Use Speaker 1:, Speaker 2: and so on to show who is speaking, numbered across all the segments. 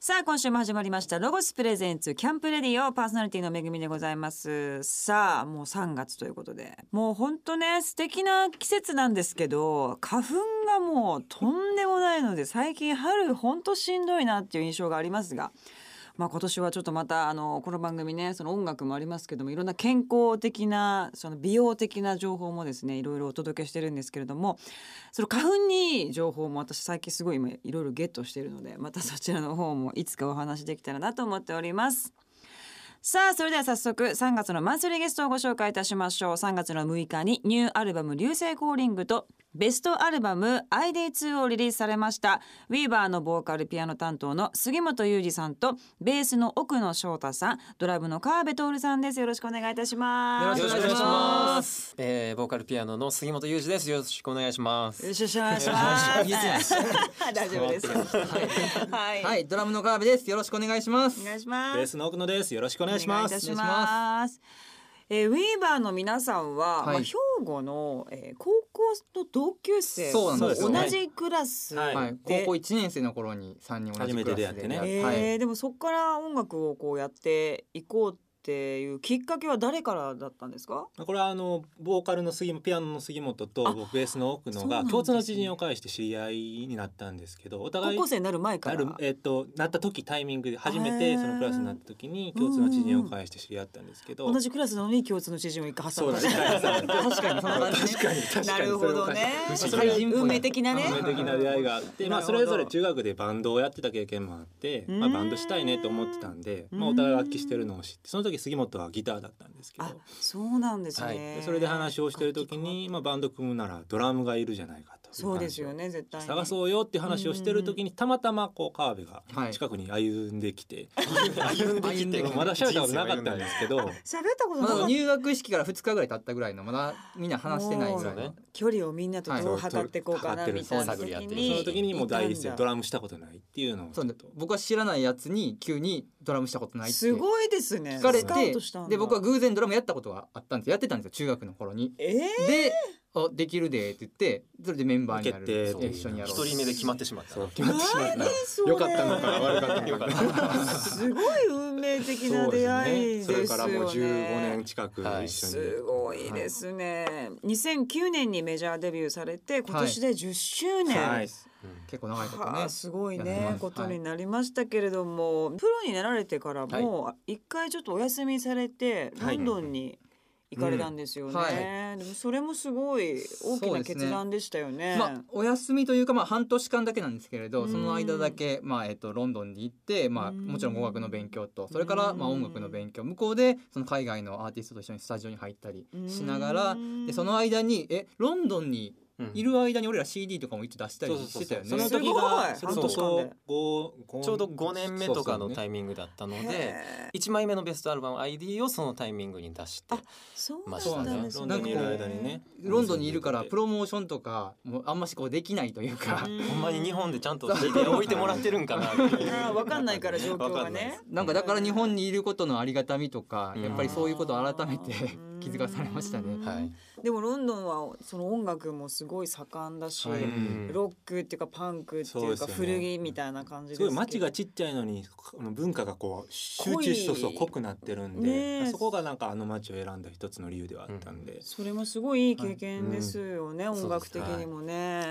Speaker 1: さあ今週も始まりましたロゴスプレゼンツキャンプレディオパーソナリティのめぐみでございますさあもう3月ということでもうほんとね素敵な季節なんですけど花粉がもうとんでもないので最近春ほんとしんどいなっていう印象がありますがまあ、今年はちょっとまたあのこの番組ねその音楽もありますけどもいろんな健康的なその美容的な情報もですねいろいろお届けしてるんですけれどもその花粉にいい情報も私最近すごい今いろいろゲットしているのでまたそちらの方もいつかお話できたらなと思っております。さあそれでは早速3月のマンスリーゲストをご紹介いたしましょう3月の6日にニューアルバム「流星コーリング」とベストアルバム「ID2」をリリースされましたウィーバーのボーカルピアノ担当の杉本裕二さんとベースの奥野翔太さんドラムの川辺徹さんですよろしくお願いいたします
Speaker 2: よろしくお願いし
Speaker 1: す
Speaker 2: ます。えー、ボーカルピアノの杉本裕二です。よろしくお願いします。
Speaker 1: よろしくお願いします。 大丈夫です。はい、
Speaker 3: は、い、ドラムの川辺です。よろしくお願いします。
Speaker 1: お願いします。
Speaker 4: ベースの奥野です。よろしくお願いし
Speaker 1: お願
Speaker 4: ます。
Speaker 1: いいたします。えー、ウィーバーの皆さんは、
Speaker 3: は
Speaker 1: ま
Speaker 3: い
Speaker 1: あ、兵庫の、えー、高校の同級生
Speaker 3: そうなん
Speaker 4: ですよ
Speaker 1: 同
Speaker 4: ね
Speaker 1: じクラス、
Speaker 4: はい
Speaker 3: はい、
Speaker 1: で
Speaker 3: 高校一年生の頃に三人同じクラスで
Speaker 4: 初めて出
Speaker 1: え
Speaker 4: 会っ
Speaker 3: 出
Speaker 1: ー
Speaker 3: 会って
Speaker 1: でもそこから音楽をこうやっていこうっていうきっかけは誰からだったんですか？
Speaker 4: これはあのボーカルの杉ピアノの杉本と
Speaker 1: あ
Speaker 4: 僕ベースの奥
Speaker 1: そ
Speaker 4: 野
Speaker 1: うなんで
Speaker 4: が
Speaker 1: すね
Speaker 4: 共通の知人を介して知り合いになったんですけど、お
Speaker 1: 高
Speaker 4: 互い
Speaker 1: 校生になる前か
Speaker 4: な
Speaker 1: ら。
Speaker 4: るえっとなった時タイミングで初め
Speaker 1: へ
Speaker 4: て
Speaker 1: ー
Speaker 4: そのクラスになった時に共通の知人を介して知り合ったんですけど、
Speaker 1: 同じクラスなのに共通の知人を一回挟
Speaker 4: そ
Speaker 1: ん
Speaker 4: う
Speaker 1: だ
Speaker 4: だね。確かに
Speaker 3: 確かにその感じね
Speaker 4: 確かに確
Speaker 1: な
Speaker 4: かに
Speaker 1: るほどね
Speaker 4: そ。れ
Speaker 3: 怪人っぽい
Speaker 1: 運命的なね。
Speaker 4: 運命的な出会いがあって、まあ、
Speaker 1: な
Speaker 4: そ
Speaker 1: るほど
Speaker 4: れぞれ中学でバンドをやってた経験もあって、ま
Speaker 1: う
Speaker 4: あ、
Speaker 1: ん
Speaker 4: バンドしたいねと思ってたんで、まあ、
Speaker 1: うん
Speaker 4: お互い楽器してるのを知ってその時杉本はギターだったんですけど
Speaker 1: あ、そうなんですね。
Speaker 4: はいでそれで話をしてる時に、まあ、バンド組むならドラムがいるじゃないかという話
Speaker 1: そ
Speaker 4: を
Speaker 1: うですよね絶対に
Speaker 4: 探そうよっていう話をしてる時にたまたまこう川辺が
Speaker 3: はい
Speaker 4: 近くに歩んできて、
Speaker 2: 歩んできて
Speaker 3: 歩んできて
Speaker 4: まだ喋ったことなかったんですけど。
Speaker 1: 喋ったこと
Speaker 3: ま
Speaker 1: なかっ
Speaker 3: だ
Speaker 1: た
Speaker 3: 入学式から二日ぐらい経ったぐらいのまだみんな話してないぐらい
Speaker 2: そう
Speaker 3: の
Speaker 2: ね。
Speaker 1: 距離をみんなとどう
Speaker 4: はい
Speaker 1: 測っていこうかなみたいな
Speaker 2: そう探ってる
Speaker 1: 時
Speaker 2: そう
Speaker 4: そ
Speaker 2: ね
Speaker 4: の
Speaker 1: に
Speaker 4: 時にもう第一声ド
Speaker 1: ラ
Speaker 4: ラムしたことないっていうのを
Speaker 3: そう
Speaker 4: ち
Speaker 3: ね
Speaker 4: ょっと
Speaker 3: 僕は知らないやつに急にドラムしたことないって
Speaker 1: すごいですね
Speaker 3: 聞かれ
Speaker 1: スカウトしたんだ
Speaker 3: てで僕は偶然ドラムやったことがあったんですやってたんですよ中学の頃に。
Speaker 1: えー
Speaker 3: であできるでって言ってそれでメンバーになる
Speaker 4: 決定
Speaker 3: そう一緒にやろう
Speaker 2: 一人目で決まってしまった。
Speaker 4: 決まってしまった
Speaker 1: それ
Speaker 2: 良かったのか悪かったのか。
Speaker 1: すごい運命的な
Speaker 4: そう
Speaker 1: 出
Speaker 4: です
Speaker 1: 会い
Speaker 4: ね
Speaker 1: です
Speaker 4: そ
Speaker 1: よね
Speaker 4: れからもう15年近く
Speaker 2: はい
Speaker 4: 一緒に、
Speaker 1: すごいですね2009年にメジャーデビューされて今年で10周年、
Speaker 4: はい
Speaker 3: 結構長いこと
Speaker 1: は
Speaker 3: ね
Speaker 1: あ、。すごい
Speaker 3: やって
Speaker 1: ね
Speaker 3: ます
Speaker 1: ことになりましたけれども、プロになられてからも一回ちょっとお休みされて、
Speaker 4: はい
Speaker 1: ロンドンに行かれたんですよね、
Speaker 3: うんはい
Speaker 1: でもそれもすごい大き
Speaker 3: そう
Speaker 1: な
Speaker 3: ですね
Speaker 1: 決断でしたよね
Speaker 3: まあ、お休みというか、まあ、半年間だけなんですけれ
Speaker 1: う
Speaker 3: ど
Speaker 1: ん
Speaker 3: その間だけ、まあえっとロンドンに行って、ま
Speaker 1: う
Speaker 3: あ、
Speaker 1: ん
Speaker 3: もちろん語学の勉強とそれから、まあ、
Speaker 1: うん
Speaker 3: 音楽の勉強向こうでその海外のアーティストと一緒にスタジオに入ったりしながら
Speaker 1: うん
Speaker 3: でその間にえロンドンに
Speaker 2: うん
Speaker 3: いる間に俺ら CD とかも一応出した
Speaker 4: そう
Speaker 3: り
Speaker 4: そうそ
Speaker 3: し
Speaker 4: う
Speaker 3: てたよね。
Speaker 4: その
Speaker 1: すご
Speaker 4: 時
Speaker 1: い
Speaker 4: がそれこ
Speaker 1: 半年間
Speaker 4: そ
Speaker 1: で
Speaker 4: 五五
Speaker 2: ちょうど5年目とかの
Speaker 4: そうそう
Speaker 2: タイミングだったので、
Speaker 1: へえ
Speaker 2: 1枚目のベストアルバム ID をそのタイミングに出して
Speaker 1: あ、そう
Speaker 2: まあ
Speaker 1: だったんです
Speaker 4: ロ
Speaker 1: ね
Speaker 4: ンドンにいる間にね
Speaker 3: ロンドンにいるからプロモーションとかもあんましこうできないというか、
Speaker 1: うん
Speaker 2: ほんまに日本でちゃんと CD 置いてもらってるんかな っていう
Speaker 1: あーわかんないから状況がね
Speaker 3: なんかだから日本にいることのありがたみとか、
Speaker 2: うん
Speaker 3: やっぱりそういうことを改めて
Speaker 1: うん
Speaker 3: 気づかされましたね。
Speaker 2: わかんない。
Speaker 1: でもロンドンはその音楽もすごい盛んだし、
Speaker 3: はいう
Speaker 1: ロックっていうかパンクって
Speaker 4: そう
Speaker 1: いう
Speaker 4: です
Speaker 1: か
Speaker 4: よね
Speaker 1: 古着みたいな感じですすけ
Speaker 4: ご
Speaker 1: ど
Speaker 4: い街がちっちゃいのにあの文化がこう集
Speaker 1: 濃
Speaker 4: 中
Speaker 1: い
Speaker 4: しそうそう濃くなってるん
Speaker 1: ねえ
Speaker 4: でそこがなんかあの街を選んだ一つの理由ではあったんで、
Speaker 1: それもすごいいい経験ですよね、
Speaker 2: ん
Speaker 1: 音楽的にもね。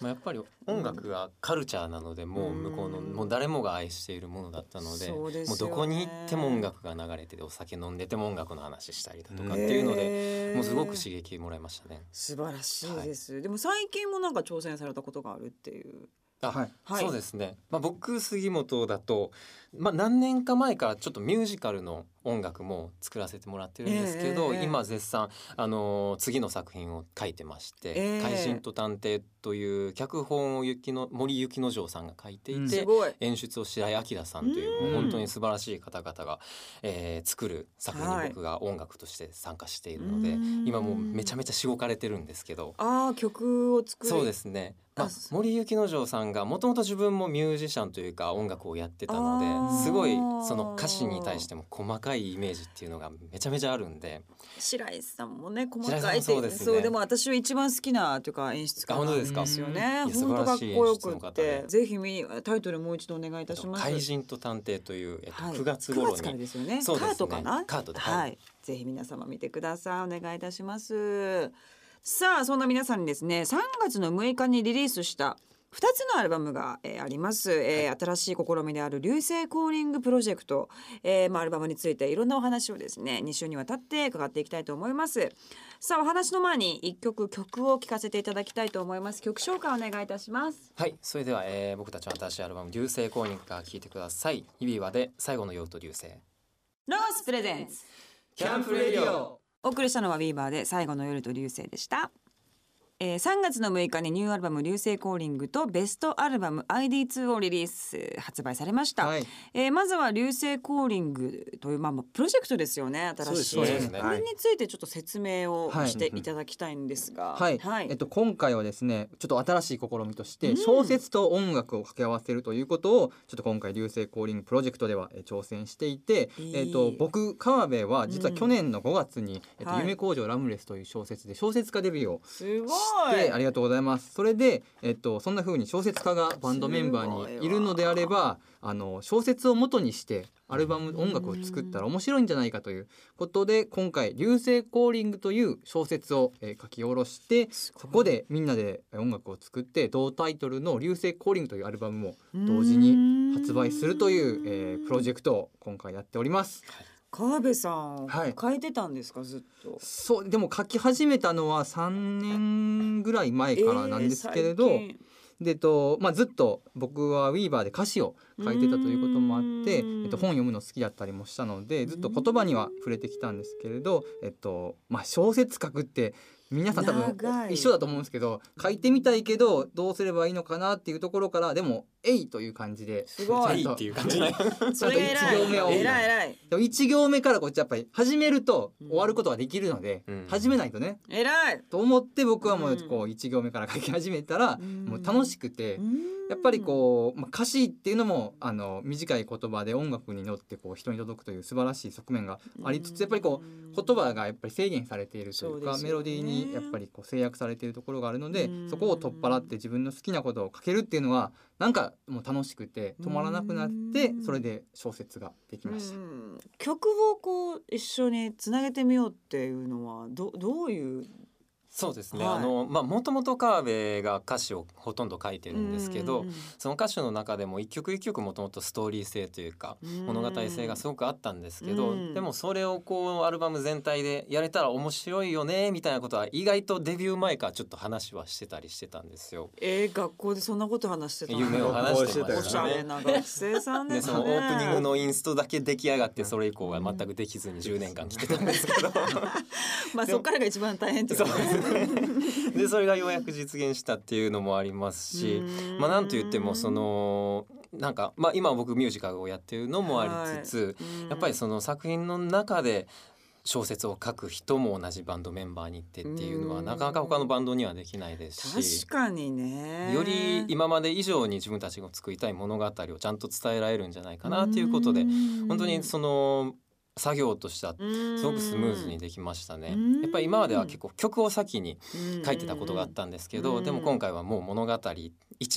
Speaker 2: まあ、やっぱり音楽がカルチャーなのでもう向こうの
Speaker 1: うん
Speaker 2: もう誰もが愛しているものだったので
Speaker 1: そうですよね
Speaker 2: もうどこに行っても音楽が流れててお酒飲んでても音楽の話したりだとかっていうので、
Speaker 1: へー
Speaker 2: もうすごく刺激もらいましたね。
Speaker 1: 素晴らしいです、でも最近もなんか挑戦されたことがあるっていう。
Speaker 2: あ
Speaker 3: はい
Speaker 1: はい
Speaker 2: そうですね、まあ、僕杉本だと、まあ、何年か前からちょっとミュージカルの音楽も作らせてもらってるんですけど、
Speaker 1: ええ
Speaker 2: 今絶賛、あのー次の作品を書いてまして「
Speaker 1: ええ
Speaker 2: 怪人と探偵」という脚本を雪の森雪之丞さんが書いていて、
Speaker 3: うん
Speaker 1: すごい。
Speaker 2: 演出を白井明さんとい
Speaker 1: う
Speaker 2: う
Speaker 1: ん
Speaker 2: もう本当に素晴らしい方々が、えー作る作品
Speaker 1: はい
Speaker 2: に僕が音楽として参加しているので、
Speaker 1: うん
Speaker 2: 今もうめちゃめちゃしごかれてるんですけど。
Speaker 1: ああ曲を作る。
Speaker 2: そうですね、まあ
Speaker 1: あ、そ
Speaker 2: 森幸之丞さんがもともと自分もミュージシャンというか音楽をやってたので
Speaker 1: あー
Speaker 2: すごいその歌詞に対しても細かいイメージっていうのがめちゃめちゃあるんで
Speaker 1: 白石さんもね細
Speaker 2: 白石さ
Speaker 1: か
Speaker 2: ん
Speaker 1: い
Speaker 2: も
Speaker 1: って
Speaker 2: そうですね
Speaker 1: そうでも私は一番好きなというか演出家なん
Speaker 2: あ本当
Speaker 1: で
Speaker 2: ですす
Speaker 1: よ
Speaker 2: か
Speaker 1: ね
Speaker 2: うんいや
Speaker 1: 本当かっこよくっ
Speaker 2: 素晴らしい演出の
Speaker 1: て
Speaker 2: 方で
Speaker 1: ぜひ見にタイトルもう一度お願いいたします
Speaker 2: 怪人と探偵という、えっと、
Speaker 1: はい
Speaker 2: 9月頃
Speaker 1: 9から
Speaker 2: に
Speaker 1: ですよね
Speaker 2: そうで
Speaker 1: カ
Speaker 2: すね
Speaker 1: ートかな
Speaker 2: カートで
Speaker 1: はい、
Speaker 2: はい
Speaker 1: ぜひ皆様見てくださいお願いいたしますさあそんな皆さんにですね3月の6日にリリースした2つのアルバムが、えーあります、えー新しい試みである流星コーリングプロジェクト、えーまあ、アルバムについていろんなお話をですね2週にわたって伺っていきたいと思いますさあお話の前に1曲曲を聴かせていただきたいと思います曲紹介お願いいたします
Speaker 2: はいそれでは、えー僕たちの新しいアルバム「流星公認」から聴いてください指輪で最後の用途流星
Speaker 1: ロゴスプレゼンツ
Speaker 2: キャンプレディオ
Speaker 1: お送りしたのはビーバーで最後の夜と流星でした、えー、3月の6日にニューアルバム流星コーリングとベストアルバム ID2 をリリース発売されました、
Speaker 3: はい
Speaker 1: えーまずは流星コーリングというまあまあプロジェクトですよね新しい
Speaker 4: そう
Speaker 2: ですね
Speaker 1: これについてちょっと説明を
Speaker 3: はい
Speaker 1: していただきたいんですが
Speaker 3: はい、
Speaker 1: はい
Speaker 3: えっと、今回はですねちょっと新しい試みとして小説と音楽を掛け合わせるということをちょっと今回流星コーリングプロジェクトではえー挑戦していて、
Speaker 1: いい
Speaker 3: えっと、僕川辺は実は去年の5月に「えっと
Speaker 1: はい
Speaker 3: 夢工場ラムレス」という小説で小説家デビューを
Speaker 1: すごい
Speaker 3: してありがとうございますそれで、えっと、そんな風に小説家がバンドメンバーにいるのであればあの小説を元にしてアルバム音楽を作ったら面白いんじゃないかということで今回「流星コーリング」という小説を、えー書き下ろして
Speaker 1: すごい
Speaker 3: そこでみんなで音楽を作って同タイトルの「流星コーリング」というアルバムも同時に発売するという、えープロジェクトを今回やっております。
Speaker 1: 川辺さん、
Speaker 3: はい
Speaker 1: 書いてたんですかずっと
Speaker 3: そうでも書き始めたのは3年ぐらい前からなんですけれ
Speaker 1: え
Speaker 3: ど、
Speaker 1: ー最近
Speaker 3: でえっとまあ、ずっと僕はウィーバーで歌詞を書いてたということもあって、え
Speaker 1: うーん
Speaker 3: っと、本読むの好きだったりもしたのでずっと言葉には触れてきたんですけれど、えっとまあ、小説書くって皆さん多分
Speaker 1: 長い
Speaker 3: 一緒だと思うんですけど書いてみたいけどどうすればいいのかなっていうところからでも「えい」という感じです
Speaker 1: ご
Speaker 2: はいいっていう感じで
Speaker 1: それが
Speaker 3: ちゃんと一行目を
Speaker 1: 偉い偉い偉い
Speaker 3: でも1行目からこっちやっぱり始めると
Speaker 1: うん
Speaker 3: 終わることができるので、
Speaker 2: うん
Speaker 3: 始めないとね
Speaker 1: 偉い
Speaker 3: と思って僕はもう
Speaker 1: うん
Speaker 3: こう1行目から書き始めたら
Speaker 1: うん
Speaker 3: もう楽しくて。やっぱりこう、まあ、歌詞っていうのもあの短い言葉で音楽に乗ってこう人に届くという素晴らしい側面がありつつやっぱりこ
Speaker 1: う
Speaker 3: う言葉がやっぱり制限されているというか
Speaker 1: そうですよね
Speaker 3: メロディーにやっぱりこう制約されているところがあるので
Speaker 1: うん
Speaker 3: そこを取っ払って自分の好きなことを書けるっていうのはなんかもう楽しくて止まらなくなって
Speaker 1: うん
Speaker 3: それで小説ができました。
Speaker 1: うん曲をこう一緒につなげてみようっていうのはどどういう
Speaker 2: そうですね、
Speaker 1: はい
Speaker 2: あのまあもともと川辺が歌詞をほとんど書いてるんですけど、その歌詞の中でも一曲一曲もともとストーリー性というか物語性がす
Speaker 1: ご
Speaker 2: ごくあったんですけど、
Speaker 1: うん
Speaker 2: でもそれをこうアルバム全体でやれたら面白いよねみたいなことは意外とデビュー前からちょっと話はしてたりしてたんですよ。
Speaker 1: えー、学校でそんなこと話してたの
Speaker 2: 夢を話してま
Speaker 1: お
Speaker 2: し
Speaker 1: したゃ
Speaker 2: ね
Speaker 1: れな学生さんで
Speaker 2: ですそ
Speaker 1: ね
Speaker 2: のオープニングのインストだけ出来上がってそれ以降は全くできずに10年間来てたんですけど
Speaker 1: まあそっからが一番大変ってことですね
Speaker 2: でそれがようやく実現したっていうのもありますし、まあなんと言ってもそのなんかまあ今僕ミュージカルをやってるのもありつつ、やっぱりその作品の中で小説を書く人も同じバンドメンバーに行ってっていうの
Speaker 1: う
Speaker 2: は
Speaker 1: ん
Speaker 2: なかなか他のバンドにはできないですし
Speaker 1: 確。かにね
Speaker 2: より今まで以上に自分たちが作りたい物語をちゃんと伝えられるんじゃないかなということで本当にその作業としては
Speaker 1: す
Speaker 2: すごくスムーズにできましたね
Speaker 1: うん
Speaker 2: やっぱり今までは結構曲を先に書
Speaker 1: 書
Speaker 2: いてたことがあったんですけ
Speaker 1: う
Speaker 2: ど
Speaker 1: ん
Speaker 2: でも今回はもう物語1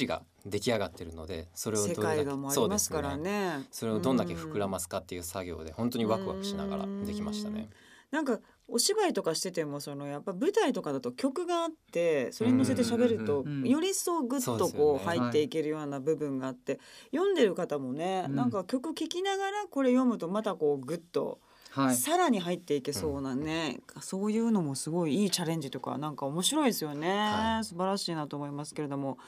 Speaker 2: が出来上がってるのでそれをど
Speaker 1: 世
Speaker 2: れだけ
Speaker 1: 界がもありますから
Speaker 2: そうです
Speaker 1: ね
Speaker 2: それをどんだけ膨らますかっていう作業で本当にワクワクしながらできましたね。
Speaker 1: なんかお芝居とかしててもそのやっぱ舞台とかだと曲があってそれに乗せて喋ると
Speaker 3: うんうんうんうん
Speaker 1: より一層グッと
Speaker 2: そう
Speaker 1: こ
Speaker 2: です
Speaker 1: う
Speaker 2: よね
Speaker 1: 入っていけるような部分があって読んでる方もね
Speaker 3: うん
Speaker 1: なんか曲聴きながらこれ読むとまたこうグッと
Speaker 3: はい
Speaker 1: さらに入っていけそうなねそういうのもすごいいいチャレンジとかなんか面白いですよね
Speaker 2: はい
Speaker 1: 素晴らしいなと思いますけれども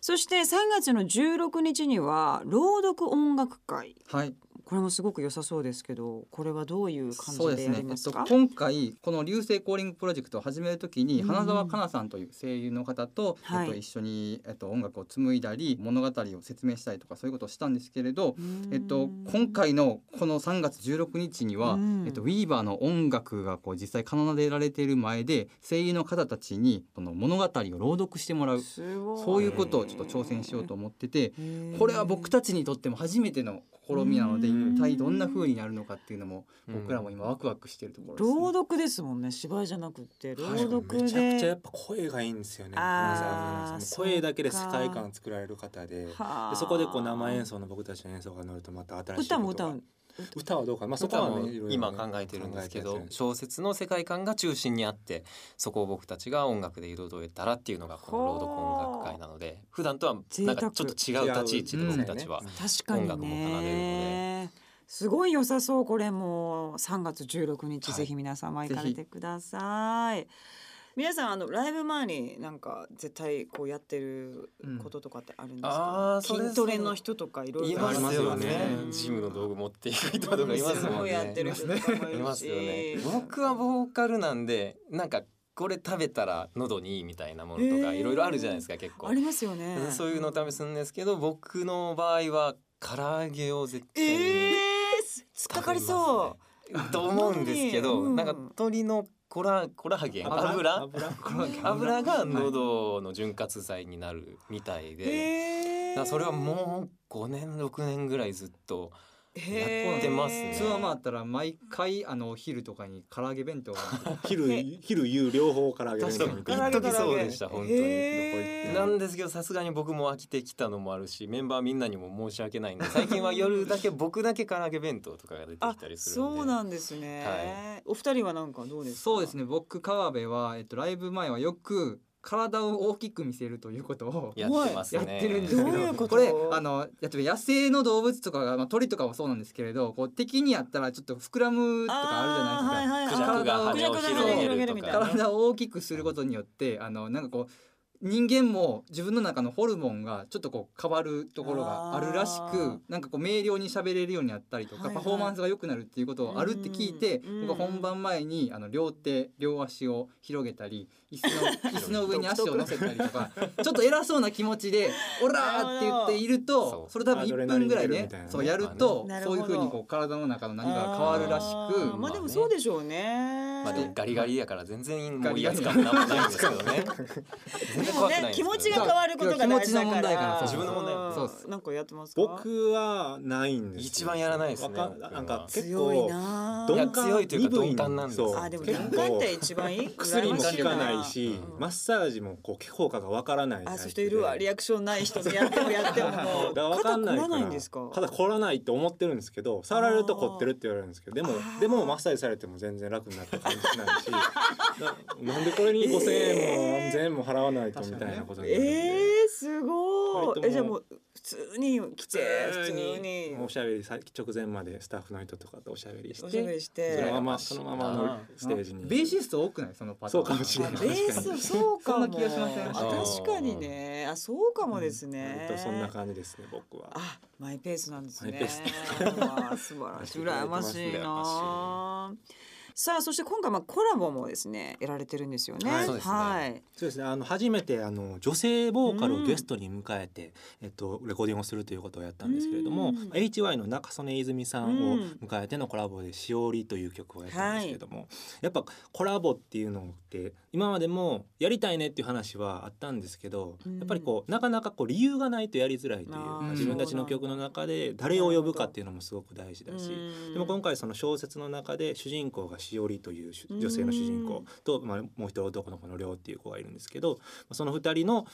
Speaker 1: そして3月の16日には朗読音楽会
Speaker 3: はい
Speaker 1: これもすごく良さそうですけどこれはどういう感
Speaker 3: そう
Speaker 1: じで
Speaker 3: で
Speaker 1: すや
Speaker 3: ね
Speaker 1: り、
Speaker 3: え
Speaker 1: ま
Speaker 3: っ
Speaker 1: す
Speaker 3: と、
Speaker 1: か
Speaker 3: 今回この流星コーリングプロジェクトを始めるときに
Speaker 1: うん
Speaker 3: 花澤香菜さんという声優の方と、
Speaker 1: はい
Speaker 3: えっと、一緒に、えっと、音楽を紡いだり物語を説明したりとかそういうことをしたんですけれど、えっと、今回のこの3月16日には、
Speaker 1: うん
Speaker 3: えっと、ウィーバーの音楽がこう実際奏でられている前で声優の方たちにこの物語を朗読してもらう
Speaker 1: すごい
Speaker 3: そういうことをちょっと挑戦しようと思ってて
Speaker 1: へー
Speaker 3: これは僕たちにとっても初めての試みなので
Speaker 1: うん
Speaker 3: 一体どんな風になるのかっていうのも
Speaker 2: うん
Speaker 3: 僕らも今ワクワクしてるところです、ね
Speaker 1: 朗読ですもんね芝居じゃなくって朗読で、
Speaker 4: めちゃくちゃやっぱ声がいいんですよね
Speaker 1: あー
Speaker 4: 米沢さん
Speaker 1: そうか
Speaker 4: 声だけで世界観作られる方で
Speaker 1: はあ
Speaker 4: でそこでこう生演奏の僕たちの演奏が乗るとまた新しいこと
Speaker 1: 歌も
Speaker 4: が
Speaker 1: 歌う
Speaker 4: 歌はどうかなまあそこ
Speaker 2: 歌
Speaker 4: は
Speaker 2: も
Speaker 4: ねいろいろね
Speaker 2: 今考えてるんですけ
Speaker 4: 考
Speaker 2: ど
Speaker 4: えてやってるんです
Speaker 2: 小説の世界観が中心にあってそこを僕たちが音楽で彩れたらっていうのがこの朗読音楽会なので普段とはなんかちょっと違う立ち位置で
Speaker 3: うん
Speaker 2: 僕たちは
Speaker 1: 確かに
Speaker 2: 音楽も奏で
Speaker 1: ねすごい良さそうこれも3月16日、
Speaker 2: はい
Speaker 1: ぜひ皆様行かれてください皆さんあのライブ前になんか絶対こうやってることとかってあるんです
Speaker 2: あ
Speaker 1: か
Speaker 2: ー、それ
Speaker 1: 筋トレの人とかいろい
Speaker 2: い
Speaker 1: ろ
Speaker 2: ま
Speaker 4: あり
Speaker 2: すよね
Speaker 1: うん
Speaker 2: ジムの道具持っていく人とかいます
Speaker 1: す
Speaker 2: もん
Speaker 1: ごいやっ
Speaker 2: ね
Speaker 1: てる人とかもいるし
Speaker 2: いますよね僕はボーカルなんでなんかこれ食べたら喉にいいみたいなものとか
Speaker 1: へー
Speaker 2: いろいろあるじゃないですか結
Speaker 1: あ
Speaker 2: 構
Speaker 1: りますよね
Speaker 2: そういうのを試すんですけど僕の場合は唐揚げを絶対に
Speaker 1: えー、す突っかかりそう
Speaker 2: 食べますねと思うんですけど、
Speaker 1: うん
Speaker 2: なんか鶏のコラコラーゲン
Speaker 3: 油
Speaker 2: 油
Speaker 4: 油
Speaker 2: 油が喉の潤滑剤になるみたいで、
Speaker 1: へー
Speaker 2: だからそれはもう5年6年ぐらいずっと
Speaker 1: へー
Speaker 2: やってますね
Speaker 3: 普通はまああったら毎回あのお昼とかに唐揚げ弁当が
Speaker 4: 昼昼夕両方から揚げる
Speaker 2: 確かに
Speaker 4: みたい
Speaker 1: 唐揚
Speaker 4: な
Speaker 1: げ
Speaker 2: 一時そうでした本当に
Speaker 1: へー
Speaker 2: なんですけどさすがに僕も飽きてきたのもあるしメンバーみんなにも申し訳ないんで最近は夜だけ僕だけ唐揚げ弁当とかが出てきたりするんで
Speaker 1: そうなんですね、
Speaker 2: は
Speaker 1: お二人はなんかどうですか
Speaker 3: そうですね僕川辺は、えっと、ライブ前はよく体を大きく見せるということを
Speaker 2: やってます
Speaker 3: や
Speaker 2: ね
Speaker 3: ってるんですけど
Speaker 1: どういうこと
Speaker 3: れあのやっぱ野生の動物とかが、まあ、鳥とかもそうなんですけれどこう敵にやったらちょっと膨らむとかあるじゃないですか。
Speaker 2: クジャクが羽を
Speaker 3: クジャクが羽を
Speaker 2: 広げるとか
Speaker 1: ね
Speaker 3: 体を大きくすることによってあのなんかこう人間も自分の中のホルモンがちょっとこう変わるところがあるらし
Speaker 1: あー
Speaker 3: くなんかこう明瞭に喋れるようになったりとか、
Speaker 1: はいはい
Speaker 3: パフォーマンスが良くなるっていうことがあるって聞いて
Speaker 1: うん
Speaker 3: 僕は本番前にあの両手両足を広げたり椅子の椅子の上に足を乗せたりとかちょっと偉そうな気持ちで「オラ!」って言っている
Speaker 2: そ
Speaker 3: と
Speaker 2: う
Speaker 3: それ多分1分ぐらい
Speaker 4: アドレナリン出
Speaker 3: ね
Speaker 4: るみたいなね
Speaker 3: そうやると
Speaker 1: なるほ
Speaker 3: そう
Speaker 1: ど
Speaker 3: いうふうにこう体の中の何かが変わるらし
Speaker 1: あー
Speaker 3: く。
Speaker 1: まあでもそうでしょうね、
Speaker 2: まあでもガリガリやから全然もう威圧
Speaker 3: ガ
Speaker 2: 感なんもないんですけどね。
Speaker 1: で
Speaker 2: 全然
Speaker 1: もね
Speaker 2: 怖くないんですけ
Speaker 1: 気
Speaker 2: ど
Speaker 1: 持ちが変わることが大事だから
Speaker 3: 気持ちの問題から
Speaker 2: そう自分の問題
Speaker 1: うん
Speaker 3: そうっす
Speaker 1: なんかやってますか
Speaker 4: 僕はないんですよ
Speaker 2: 一番やらないですね
Speaker 4: わか
Speaker 2: 僕は
Speaker 4: なんか結
Speaker 1: 強い
Speaker 4: 構
Speaker 1: な
Speaker 4: 鈍
Speaker 2: いや
Speaker 4: 感
Speaker 2: 強いというか
Speaker 4: 鈍
Speaker 2: 鈍感なんです
Speaker 4: そう
Speaker 1: あでも
Speaker 4: 結
Speaker 1: 鈍
Speaker 4: 構
Speaker 1: 感って一番いい
Speaker 4: 薬も効かない
Speaker 1: 羨
Speaker 4: し、
Speaker 2: うん
Speaker 4: マッサージもこう効果がわからない
Speaker 1: ましいなあ
Speaker 4: タイ
Speaker 1: そ
Speaker 4: プで
Speaker 1: ういう人いるわリアクションない人でやってもやってももう
Speaker 4: だからわかんない
Speaker 1: 肩
Speaker 4: か
Speaker 1: 凝らないん
Speaker 4: ら
Speaker 1: ですか
Speaker 4: 肩凝らないって思ってるんですけど触られると凝ってるって言われるんですけどでも
Speaker 1: あー
Speaker 4: でもマッサージされても全然楽になった感じしないしななんでこれに5,000円 も何千円も払わないとみたいなことになるんで、
Speaker 1: えー、すごい
Speaker 4: 割ともう
Speaker 1: えじゃあもう普通に来て普通に
Speaker 4: おしゃべりさ直前までスタッフの人とかとおしゃべりし
Speaker 1: おしゃべ
Speaker 4: て
Speaker 1: りし
Speaker 4: その
Speaker 1: て
Speaker 4: ままそのままのステージに
Speaker 3: ベーシスト多くないそのパター
Speaker 4: そう
Speaker 3: ン
Speaker 4: かもし
Speaker 1: あ
Speaker 4: れ
Speaker 1: ベ
Speaker 4: ない
Speaker 1: ースそうかも
Speaker 3: そんな気がしません
Speaker 1: あ確かにねあそうかもですね、
Speaker 4: 割とそんな感じですね僕は。
Speaker 1: あマイペースなんです
Speaker 4: マ
Speaker 1: ね
Speaker 4: イペース
Speaker 1: わあ素晴らしい羨ましい
Speaker 2: 羨
Speaker 1: な
Speaker 2: ま
Speaker 1: さあそして今回まあコラボもですねやられてるんですよね
Speaker 2: はいそうですね
Speaker 1: はい
Speaker 4: そうですね。あの初めてあの女性ボーカルをゲストに迎えて、えっとレコーディングをするということをやったんですけれど
Speaker 1: う
Speaker 4: も、
Speaker 1: ん
Speaker 4: HY の中曽根泉さんを迎えてのコラボでしおりという曲をやったんですけれども、やっぱコラボっていうのって今までもやりたいねっていう話はあったんですけど、
Speaker 1: うん
Speaker 4: やっぱりこうなかなかこう理由がないとやりづらいという
Speaker 1: あ
Speaker 4: か
Speaker 1: ー
Speaker 4: 自分たちの曲の中で誰を呼ぶかっていうのもすごく大事だし、
Speaker 1: うん
Speaker 4: でも今回その小説の中で主人公がしおりという主女性の主人
Speaker 1: うん
Speaker 4: 公と、まあ、もう一人男の子のりょうっていう子がいるんですけどその二人の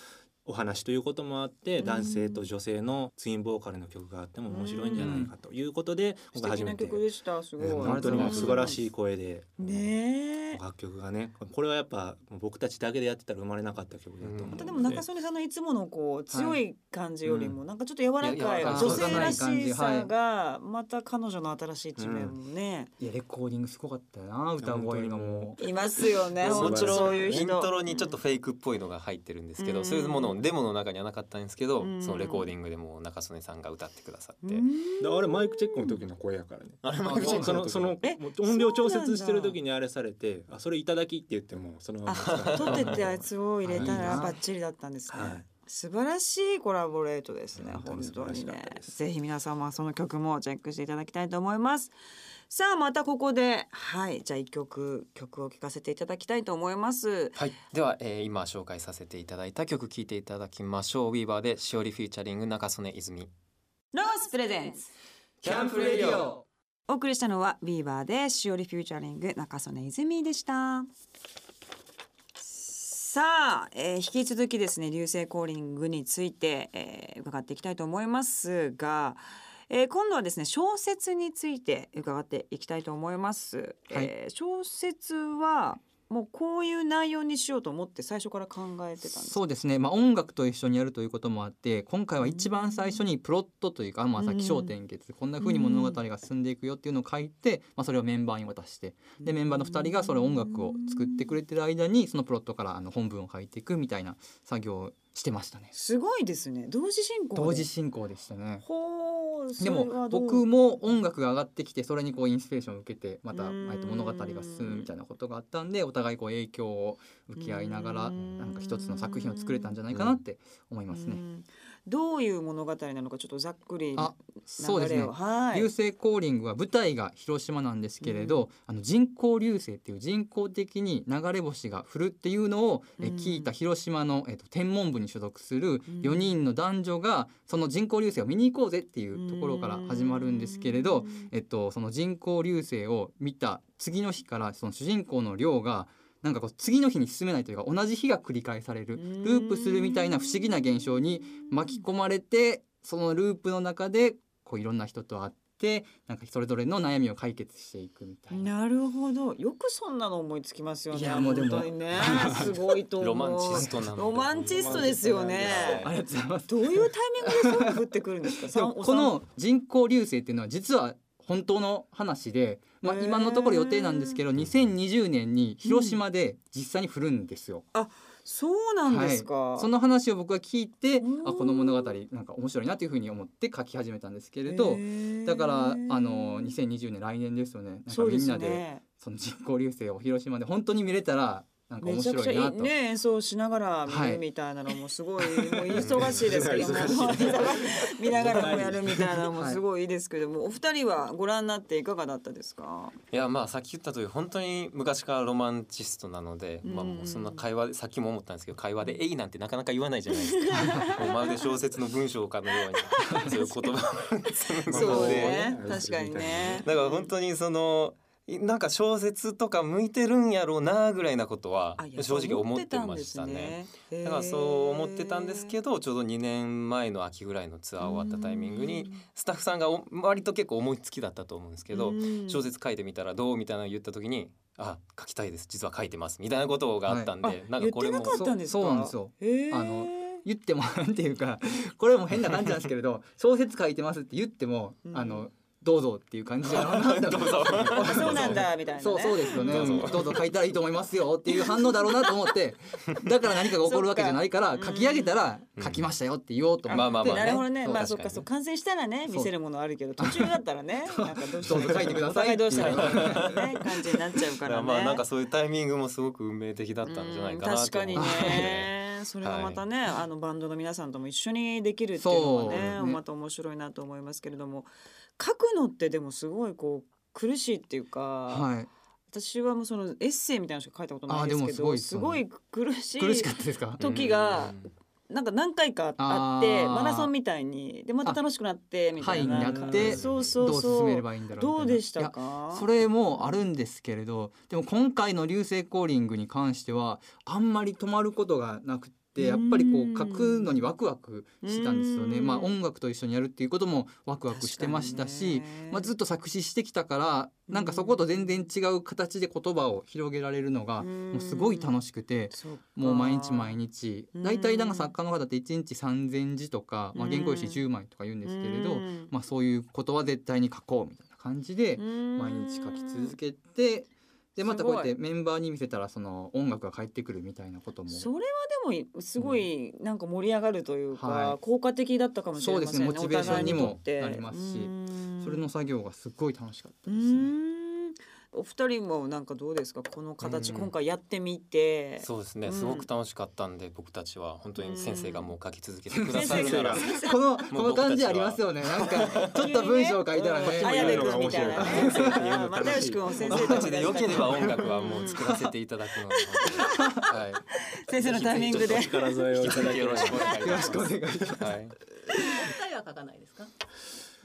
Speaker 4: お話ということもあって
Speaker 1: うん
Speaker 4: 男性と女性のツインボーカルの曲があっても面白いんじゃないかということで
Speaker 1: 素
Speaker 4: 今回初
Speaker 1: 敵
Speaker 4: め
Speaker 1: な
Speaker 4: て、
Speaker 1: 曲でしたすごい、
Speaker 4: えー本当にもう素晴らしい
Speaker 1: い
Speaker 4: 声で、
Speaker 1: ねえ
Speaker 4: 楽曲がねこれはやっぱ僕たちだけでやってたら生まれなかった曲だと思うの
Speaker 1: ま
Speaker 4: で
Speaker 1: たでも中曽根さんのいつものこう強い感じよりもなんかちょっと柔らかい
Speaker 2: いや柔らかい
Speaker 1: 女性らしさがまた彼女の新しい一面もね
Speaker 3: いやレコーディングすごかったよな歌声がもう
Speaker 1: いますよね
Speaker 4: も
Speaker 1: 本当
Speaker 4: ちろん
Speaker 1: そういう
Speaker 2: イ
Speaker 1: 人
Speaker 2: ントロにちょっとフェイクっぽいのが入ってるんですけど、
Speaker 1: うん
Speaker 2: そういうものをデモの中にはなかったんですけど、
Speaker 1: うん
Speaker 2: そのレコーディングでもう中曽根さんが歌ってくださって、
Speaker 1: うん
Speaker 4: だからあれマイクチェックの時の声やからね。
Speaker 2: あれも
Speaker 3: あそう
Speaker 4: そのその
Speaker 1: え
Speaker 4: もう音量調節してる時にあれされて「あそれいただき」って言ってもそのまま使う
Speaker 1: 取ってってやつを入れた
Speaker 3: いい
Speaker 1: ら
Speaker 3: な
Speaker 1: バッチリだったんですね、
Speaker 4: はい
Speaker 1: 素晴らしいコラボレートですね
Speaker 4: 本当
Speaker 1: 本
Speaker 4: に素晴
Speaker 1: 当
Speaker 4: らし
Speaker 1: に
Speaker 4: かっ
Speaker 1: ね
Speaker 4: たです
Speaker 1: ぜひ皆様その曲もチェックしていただきたいと思いますさあまたここではいじゃあ一曲曲を聴かせていただきたいと思います
Speaker 2: はい、では、えー今紹介させていただいた曲聴いていただきましょう。ウィーバーでしおりフィーチャリング中曽根泉。
Speaker 1: ロゴスプレゼンツ
Speaker 3: キ
Speaker 2: キ
Speaker 3: ャンプレディオ
Speaker 1: お送りしたのはビーバーでしおりフューチャリング中曽根泉でしたさあ、えー、引き続きですね流星コーリングについて、えー、伺っていきたいと思いますが、えー、今度はですね小説について伺っていきたいと思います、
Speaker 3: はい
Speaker 1: えー小説はもうこういう内容にしようと思って最初から考えてたんですか
Speaker 3: そうですね、まあ、音楽と一緒にやるということもあって今回は一番最初にプロットというか、まあ、さっき焦点結こんな風に物語が進んでいくよっていうのを書いて、まあ、それをメンバーに渡してでメンバーの2人がそれ音楽を作ってくれてる間にそのプロットからあの本文を書いていくみたいな作業をしてましたね。
Speaker 1: すごいですね同時進行で
Speaker 3: 同時進行でしたね
Speaker 1: ほう
Speaker 3: でも僕も音楽が上がってきてそれにこうインスピレーションを受けてまた
Speaker 1: うーん
Speaker 3: えっと物語が進むみたいなことがあったんでお互いこう影響を受け合いなが
Speaker 1: う
Speaker 3: ら
Speaker 1: ーん
Speaker 3: なんか一つの作品を作れたんじゃないかなって思います
Speaker 1: う
Speaker 3: ね。
Speaker 1: んどういう物語なのかちょっとざっくり流れを
Speaker 3: あそうですね
Speaker 1: はい
Speaker 3: 流星コーリングは舞台が広島なんですけれど、あの人工流星っていう人工的に流れ星が降るっていうのを、え
Speaker 1: うん
Speaker 3: 聞いた広島の、えっと天文部に所属する
Speaker 1: ん
Speaker 3: 4人の男女がその人工流星を見に行こうぜっていうところから始まるんですけれど、えっと、その人工流星を見た次の日からその主人公の亮がなんかこう次の日に進めないというか同じ日が繰り返される
Speaker 1: う
Speaker 3: ル
Speaker 1: ん
Speaker 3: ープするみたいな不思議な現象に巻き込まれてそのループの中でこういろんな人と会ってなんかそれぞれの悩みを解決していくみたいな。
Speaker 1: なるほどよくそんなの思いつきますよね
Speaker 3: いやもうでも
Speaker 1: 本当 にねすごいと思う
Speaker 2: ロマンチストなので
Speaker 1: ロマンチストですよね
Speaker 3: ありがとうございます
Speaker 1: どういうタイミングでそういうの降ってくるんですか
Speaker 3: で
Speaker 1: さん
Speaker 3: も
Speaker 1: お
Speaker 3: この人工流星っていうのは実は本当の話で、まあ、
Speaker 1: へー
Speaker 3: 今のところ予定なんですけど2020年に広島で実際に降るんですよ。
Speaker 1: そうなんですか、
Speaker 3: はい、その話を僕は聞いて
Speaker 1: うん
Speaker 3: あこの物語なんか面白いなというふうに思って書き始めたんですけれど
Speaker 1: へー
Speaker 3: だからあの2020年来年ですよねなんか
Speaker 1: そうで
Speaker 3: みん
Speaker 1: す
Speaker 3: なで
Speaker 1: ね
Speaker 3: その人工流星を広島で本当に見れたらなんか
Speaker 1: め
Speaker 3: 面
Speaker 1: ちゃく
Speaker 3: 白
Speaker 1: ちゃ
Speaker 3: いない
Speaker 1: い
Speaker 3: と。
Speaker 1: ね演奏しながら見
Speaker 3: は
Speaker 1: る
Speaker 3: い
Speaker 1: みたいなのもすごい、もう忙しいですけども
Speaker 4: 忙しい
Speaker 1: 見ながらもやるみたいなのもすごいいいですけども、お二人はご覧になっていかがだったですか
Speaker 2: いやまあさっき言った通り本当に昔からロマンチストなので、まあ
Speaker 1: うん
Speaker 2: もうそんな会話でさっきも思ったんですけど会話で「えい」なんてなかなか言わないじゃないですか もうまるで小説の文章かのようにそういう言葉を紡ぐ
Speaker 1: そ
Speaker 2: の
Speaker 1: う
Speaker 2: で
Speaker 1: ね確かにね
Speaker 2: だから本当にそのいなんか小説とか向いてるんやろうなぐらいなことは
Speaker 1: あいや
Speaker 2: 正直思ってました
Speaker 1: そう
Speaker 2: ね。
Speaker 1: 思ってたんですね
Speaker 2: だからそう思ってたんですけ
Speaker 1: ど
Speaker 2: どちょうど2年前の秋ぐらいのツアー終わったタイミングにスタッフさんがお割と結構思いつきだったと思うんですけど小説書いてみたらどうみたいなの言った時に「あ書きたいです実は書いてます」みたいなことがあったんで、
Speaker 1: はい
Speaker 2: なんかこれ
Speaker 1: 言
Speaker 2: も
Speaker 1: ってなかったんですか
Speaker 3: そうそうなんですよ
Speaker 1: へー
Speaker 3: あの言ってもなんていうかこれも変な感じなんですけ れど小説書いてますって言っても
Speaker 1: うん
Speaker 3: あのどうぞっていう感じじゃ な
Speaker 2: どうぞ
Speaker 1: あそうなんだみたいなね
Speaker 3: そうそうですよね
Speaker 2: どうぞ
Speaker 3: どうぞ書いたらいいと思いますよっていう反応だろうなと思ってだから何かが起こるわけじゃな いから
Speaker 1: そっか
Speaker 3: 書き上げたら
Speaker 2: うん
Speaker 3: 書きましたよって言おうと思って、
Speaker 2: まあまあまあ
Speaker 1: なるほどね
Speaker 3: そう
Speaker 1: まあそっ
Speaker 2: 確かに
Speaker 1: かそう完成したらね見せるものあるけど途中だったらねなんかどうしたら
Speaker 3: どうぞ書いてくださ
Speaker 1: お
Speaker 3: い
Speaker 1: 互どうしたらいいのかみたいなね感じになっちゃう
Speaker 2: だ
Speaker 1: か
Speaker 2: からら
Speaker 1: ね
Speaker 2: まあなんかそういうタイミングもすごく運命的だったんじゃないかなと思
Speaker 1: う
Speaker 2: って
Speaker 1: ん確かにねそれがまたね、あのバンドの皆さんとも一緒にできるっていうのは
Speaker 3: そうで
Speaker 1: ね
Speaker 3: すね
Speaker 1: また面白いなと思いますけれども書くのってでもすごいこう苦しいっていうか、
Speaker 3: はい
Speaker 1: 私はもうそのエッセイみたいなのしか書いたことないですけど
Speaker 3: あでもすごいっす
Speaker 1: す
Speaker 3: よ
Speaker 1: ご
Speaker 3: ね
Speaker 1: い苦しい
Speaker 3: 苦しかったですか
Speaker 1: 時がなんか何回かあって
Speaker 3: あー
Speaker 1: マラソンみたいにでまた楽しくなってみたいな
Speaker 3: 範囲になって
Speaker 1: そうそ
Speaker 3: ど
Speaker 1: う
Speaker 3: う
Speaker 1: そう
Speaker 3: 進めればいいんだろうみ
Speaker 1: ど
Speaker 3: いな
Speaker 1: うでした
Speaker 3: いや
Speaker 1: か
Speaker 3: それもあるんですけれどでも今回の流星コーリングに関してはあんまり止まることがなくてやっぱりこ
Speaker 1: うん
Speaker 3: う書くのにワクワクしてたんですよね、
Speaker 1: うん
Speaker 3: まあ、音楽と一緒にやるっていうこともワクワクしてましたし、
Speaker 1: 確かにね
Speaker 3: まあ、ずっと作詞してきたからなんかそこと全然違う形で言葉を広げられるのが
Speaker 1: うん
Speaker 3: もうすごい楽しくて。
Speaker 1: そっか
Speaker 3: もう毎日毎日
Speaker 1: うん
Speaker 3: 大体なんか作家の方って1日3,000字とか、まあ、原稿用紙
Speaker 1: う
Speaker 3: 10枚とか言うんですけれ
Speaker 1: う
Speaker 3: ど、
Speaker 1: ん
Speaker 3: まあ、そういうことは絶対に書こうみたいな感じで毎日書き続けてでまたこうやってメンバーに見せたらその音楽が返ってくるみたいなことも
Speaker 1: それはでもすごいなんか盛り上がるというか、
Speaker 3: はい
Speaker 1: 効果的だったかもしれませんね
Speaker 3: そうですねモチベーションに
Speaker 1: お
Speaker 3: も
Speaker 1: 互いとって
Speaker 3: なりますし
Speaker 1: うん
Speaker 3: それの作業がすっごい楽しかった
Speaker 1: う
Speaker 3: ですね。
Speaker 1: んお二人もなんかどうですかこの形
Speaker 2: うん
Speaker 1: 今回やってみて
Speaker 2: そうですね、
Speaker 1: うん
Speaker 2: すごく楽しかったんで僕たちは本当に先生がもう書き続けてくださ
Speaker 1: 先
Speaker 2: る
Speaker 1: 生
Speaker 2: なら
Speaker 1: が
Speaker 3: このこの感じありますよね。なんかちょっと文章書いたら
Speaker 1: うん綾
Speaker 3: ね
Speaker 1: 部。君みたいなね
Speaker 4: 面白いな
Speaker 1: うん又吉君を先生
Speaker 2: 僕
Speaker 1: と
Speaker 2: たちで良ければ音楽はもう作らせていただくので、はい、
Speaker 1: 先生のタイミングで
Speaker 2: ぜひ
Speaker 4: 力添えをい
Speaker 2: 引き
Speaker 4: た
Speaker 2: 続
Speaker 4: だ
Speaker 2: き
Speaker 4: け
Speaker 2: よ
Speaker 4: れば
Speaker 2: ろしくお願いいたします。
Speaker 3: よろしくお願いし
Speaker 2: はい
Speaker 5: 二人は書かないですか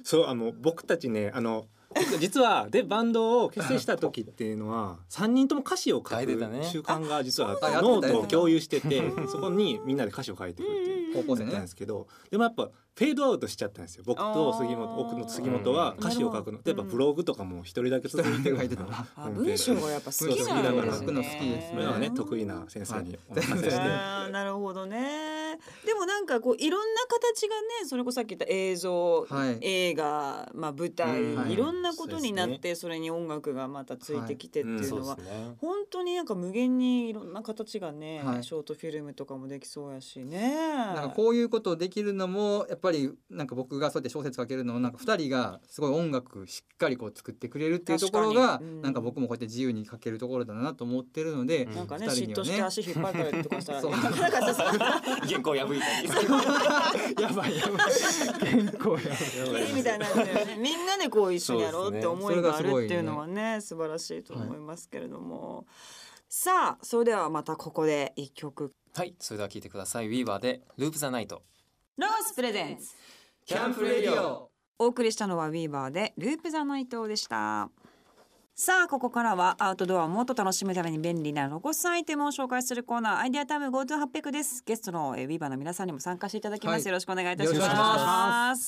Speaker 4: そうあの僕たちねあの僕実はでバンドを結成した時っていうのは3人とも歌詞を書
Speaker 2: 書
Speaker 4: く
Speaker 2: いてたね
Speaker 4: 習慣が実はあってノ
Speaker 3: あそうだ
Speaker 4: ー
Speaker 3: や
Speaker 4: ト
Speaker 3: ってたやって
Speaker 4: を
Speaker 3: た
Speaker 4: 共有しててそこにみんなで歌詞を書いてくる っていう。
Speaker 3: 高
Speaker 4: や
Speaker 3: 校生
Speaker 4: ってたん
Speaker 3: ね
Speaker 4: ですけどでもやっぱフェードアウトしちゃったんですよ僕と杉
Speaker 1: あー
Speaker 4: 本僕の杉本は歌詞を書くの
Speaker 1: うん
Speaker 4: でやっぱブログとかも一人だけ続いて
Speaker 3: 人
Speaker 4: る
Speaker 3: がいてたな
Speaker 1: あ文章がやっぱ好きなん
Speaker 4: 文章好きだか
Speaker 1: で
Speaker 4: ら
Speaker 1: す
Speaker 4: 僕
Speaker 3: の好きです
Speaker 1: ね。
Speaker 4: そういうのはね
Speaker 1: うん
Speaker 4: 得意な先生にお任せして
Speaker 1: あーなるほどね。でもなんかこういろんな形がね、それこそさっき言った映像、
Speaker 3: はい
Speaker 1: 映画、まあ舞台、
Speaker 4: うん
Speaker 3: はい
Speaker 1: い、ろんなこと
Speaker 4: そうですね
Speaker 1: になって、それに音楽がまたついてきてっていう
Speaker 4: そ
Speaker 1: のは、
Speaker 2: そうですね
Speaker 1: 本当になんか無限にいろんな形がね、
Speaker 3: はい
Speaker 1: ショートフィルムとかもできそうやしね。
Speaker 3: なんかこういうことをできるのもやっぱりなんか僕がそうやって小説書けるのもなんか2人がすごい音楽しっかりこう作ってくれるっていうところ
Speaker 1: 確
Speaker 3: が、
Speaker 1: かにうん
Speaker 3: なんか僕もこうやって自由に書けるところだなと思ってるので、
Speaker 2: うん
Speaker 1: なんかね
Speaker 3: 二人
Speaker 1: 嫉
Speaker 3: に
Speaker 1: 妬
Speaker 3: は
Speaker 1: して足引っ
Speaker 3: ね
Speaker 1: 張ったりとかしたら、
Speaker 3: そう
Speaker 1: なかなかさ、
Speaker 2: 原稿破いたり
Speaker 3: やばいやばい結構やばい
Speaker 1: みたいなんだよね。みんなでこう一緒にやろうって思いがあるっていうのはね、素晴らしいと思いますけれども。さあ、それではまたここで一曲。
Speaker 2: はいそれでは聞いてくださいウィーバーでループザナイト
Speaker 1: ロースプレゼンス。
Speaker 3: キャンプレディオ
Speaker 1: お送りしたのはウィーバーでループザナイトでした。さあここからはアウトドアをもっと楽しむために便利なロゴスアイテムを紹介するコーナーアイデアタイム52800ですゲストのえーウィーバーの皆さんにも参加していただきます、
Speaker 3: はい
Speaker 1: よろしくお願いいたし
Speaker 3: よ
Speaker 1: ま
Speaker 3: ろ
Speaker 1: す
Speaker 3: しくお願いし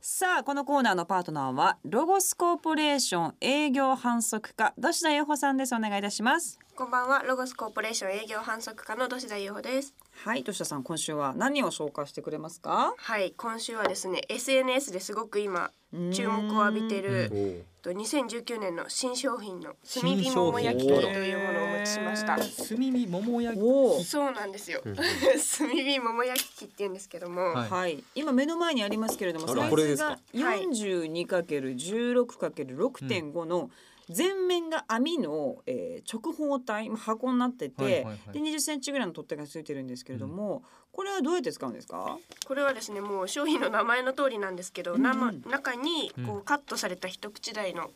Speaker 1: さあこのコーナーのパートナーはロゴスコーポレーション営業販促課土田優穂さんですお願いいたします
Speaker 5: こんばんは、ロゴスコーポレーション営業販促課の土田優穂です。
Speaker 1: はい土田さん今週は何を紹介してくれますか
Speaker 5: はい、今週はですね、SNS ですごく今注目を浴びていると2019年の新商品の炭火桃焼き器というものをお持ちしました。
Speaker 3: 炭火桃焼き
Speaker 1: おー
Speaker 5: そうなんですよ。 炭火桃焼き器って言うんですけども、
Speaker 3: はい
Speaker 1: はい、今目の前にありますけれども、
Speaker 2: あら
Speaker 1: サイ
Speaker 2: これ
Speaker 1: ズ
Speaker 2: です
Speaker 1: が
Speaker 2: か
Speaker 1: 四十二かける十六かける六点五の。全面が網の、えー直方体まあ箱になってて、
Speaker 3: はいはいはい
Speaker 1: で20センチぐらいの取っ手がついてるんですけれども、これはどうやって使うんですか？
Speaker 5: これはですね、もう商品の名前の通りなんですけど、
Speaker 1: うん
Speaker 5: なま中にこうカットされた一口大の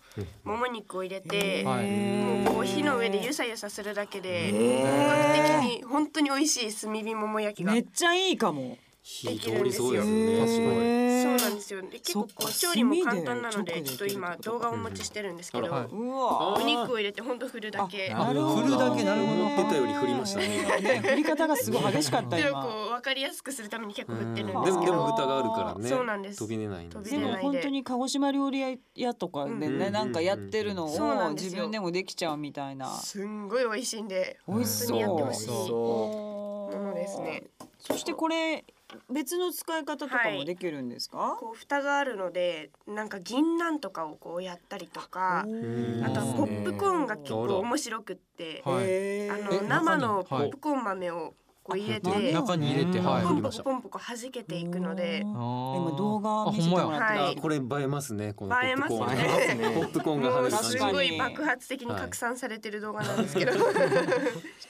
Speaker 5: 桃肉を入れて、もうこう火の上でゆさゆさするだけで、本格的に本当に美味しい炭火桃焼きが
Speaker 1: めっちゃいいかも。
Speaker 2: 火通りそうです
Speaker 1: へ
Speaker 2: ね
Speaker 1: ー
Speaker 2: 確かに
Speaker 5: そうなんですよ。で結構
Speaker 1: そっ
Speaker 5: こ
Speaker 1: か
Speaker 5: う調理も簡単なの
Speaker 1: 炭
Speaker 5: で、
Speaker 1: で
Speaker 5: ちょっと今動画をお持ちしてるんですけど、
Speaker 2: うんうん
Speaker 3: あら
Speaker 1: うわ。
Speaker 5: お肉を入れて本当振るだけ。
Speaker 3: あな
Speaker 5: で
Speaker 3: るほど振るだけなるほど
Speaker 2: 思ってたより振りましたね 今
Speaker 1: ね振り方がすごい激しかった
Speaker 5: こ
Speaker 1: 今。
Speaker 5: う分かりやすくするために結構
Speaker 2: う
Speaker 5: 振っ
Speaker 2: ん
Speaker 5: て
Speaker 2: で
Speaker 5: るん
Speaker 2: も
Speaker 5: で
Speaker 2: です
Speaker 5: け
Speaker 2: も
Speaker 5: ど、
Speaker 2: 豚があるからね
Speaker 5: そうなんです
Speaker 2: 飛び出ないんです
Speaker 1: で
Speaker 5: 飛び出
Speaker 1: も
Speaker 5: ない
Speaker 2: ね
Speaker 1: 本当に鹿児島料理屋とかで
Speaker 2: うんうんうんう
Speaker 1: ね
Speaker 2: ん
Speaker 1: なんかやってるの
Speaker 5: そうな
Speaker 1: を
Speaker 5: んですよ
Speaker 1: 自分でもできちゃうみたいな。
Speaker 5: すんごい美味しいんで、
Speaker 1: 美味しそう。
Speaker 5: 本当にやってほしい
Speaker 2: そ
Speaker 1: も
Speaker 5: ものですね。
Speaker 1: そしてこれ別の使い方とかもできるんですか？
Speaker 5: こう蓋があるので、なんか銀杏とかをこうやったりとか、
Speaker 2: ー
Speaker 5: あとは
Speaker 2: うん
Speaker 5: ポップコーンが結
Speaker 2: あら
Speaker 5: 構面白くって、
Speaker 3: はい
Speaker 1: へ
Speaker 5: あ
Speaker 1: ー
Speaker 5: の
Speaker 3: え
Speaker 5: 生の
Speaker 3: 中
Speaker 5: ポ
Speaker 3: にはい
Speaker 5: ップコーン豆をこう入れて、
Speaker 1: あ
Speaker 5: ポ
Speaker 3: 中に入れてはい
Speaker 2: 中
Speaker 5: ン
Speaker 2: に
Speaker 5: ポコポンポコ弾けていくので、
Speaker 1: あー
Speaker 3: 今
Speaker 1: 今動画見せても
Speaker 5: あほんまや
Speaker 1: ら
Speaker 5: は
Speaker 1: っ
Speaker 5: い
Speaker 1: て
Speaker 2: これ映えますねこのポ
Speaker 5: 映
Speaker 2: ッ
Speaker 5: え
Speaker 2: プ
Speaker 5: ます
Speaker 2: コーン
Speaker 5: ね
Speaker 2: がポップコーンが
Speaker 5: も
Speaker 2: 跳ね
Speaker 5: う
Speaker 2: る感
Speaker 5: す
Speaker 2: じ
Speaker 1: 確
Speaker 5: ご
Speaker 1: か
Speaker 5: い
Speaker 1: に
Speaker 5: 爆発的に拡散されてる動画なんですけど、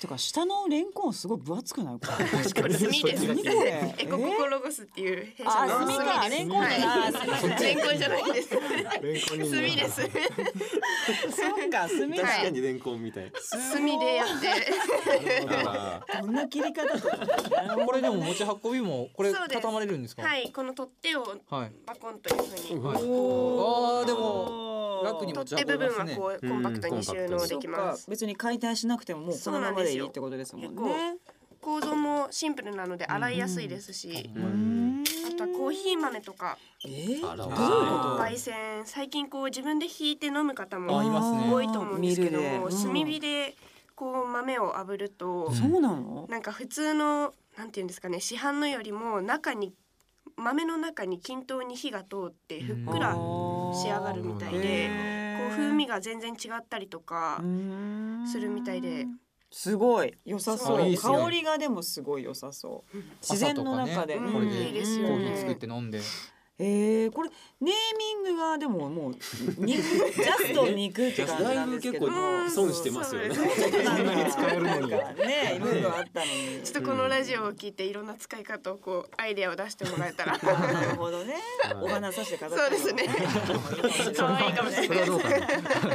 Speaker 1: とか下のレンコンすごい分厚くないこれ。
Speaker 5: これ炭です。
Speaker 1: 何これ
Speaker 5: エコココロゴスっていう弊社
Speaker 1: あ
Speaker 5: の
Speaker 1: 炭かレンコン
Speaker 5: はい
Speaker 1: だな。すいません
Speaker 5: レンコンじゃないです。炭です。
Speaker 1: そうか炭
Speaker 2: 確か
Speaker 1: か。
Speaker 2: にレンコンみたい
Speaker 5: 炭でやって、
Speaker 1: こんな切り方とか。
Speaker 3: これでも持ち運びもこれ
Speaker 5: そうです
Speaker 3: 畳まれるんですか
Speaker 5: はい、この取っ手を
Speaker 3: はい
Speaker 5: バコンというふうに、
Speaker 3: はいあーでも楽に持
Speaker 5: 取
Speaker 3: ち
Speaker 5: っ手
Speaker 3: 運
Speaker 5: 部
Speaker 3: べま
Speaker 5: 分
Speaker 3: す
Speaker 5: は
Speaker 3: ね
Speaker 5: こうコンパクトに収納で
Speaker 1: そっ
Speaker 5: きま
Speaker 1: か
Speaker 5: す。
Speaker 1: 別に解体しなくてももうこのままでいいってことですもん
Speaker 5: そうな
Speaker 1: ね。
Speaker 5: 構造もシンプルなので洗いやすいですし、
Speaker 2: なうん
Speaker 5: あとはコーヒー豆とか
Speaker 1: えー
Speaker 2: あら
Speaker 1: どういうこと？
Speaker 5: 焙煎、最近こう自分でひいて飲む方も
Speaker 3: あいますね
Speaker 5: 多いと思うんですけども、
Speaker 1: ミルでうん
Speaker 5: 炭火でこう豆を炙ると。
Speaker 1: そうなの？
Speaker 5: なんか普通のなんていうんですかね市販のよりも中に豆の中に均等に火が通ってふっくら仕上がるみたいで、こう風味が全然違ったりとかするみたいで、
Speaker 1: すごい良さそう
Speaker 5: あいい
Speaker 3: っすね
Speaker 1: 香りがでもすごい良さそう自然の中で、
Speaker 5: 朝とかね
Speaker 1: う
Speaker 3: こ
Speaker 1: ん
Speaker 3: れ
Speaker 5: うんいい
Speaker 3: で
Speaker 5: です
Speaker 3: コ
Speaker 5: よね
Speaker 3: ーヒー作って飲んで
Speaker 1: えー、これネーミングがでももうに ジャスト肉って感じなんですけど
Speaker 2: ジャストだいぶ結構
Speaker 1: も
Speaker 5: うん
Speaker 2: 損してますよね
Speaker 5: そうですね
Speaker 1: ん
Speaker 2: に使えるのに
Speaker 1: なんかねいろいろあったのに
Speaker 5: ちょっとこのラジオを聞いていろんな使い方をこうアイデアを出してもらえたら
Speaker 1: あなるほどねお花さして飾ったりとか
Speaker 5: そうですね 可愛いかもしれ
Speaker 3: そ
Speaker 5: ない
Speaker 3: れはどうかな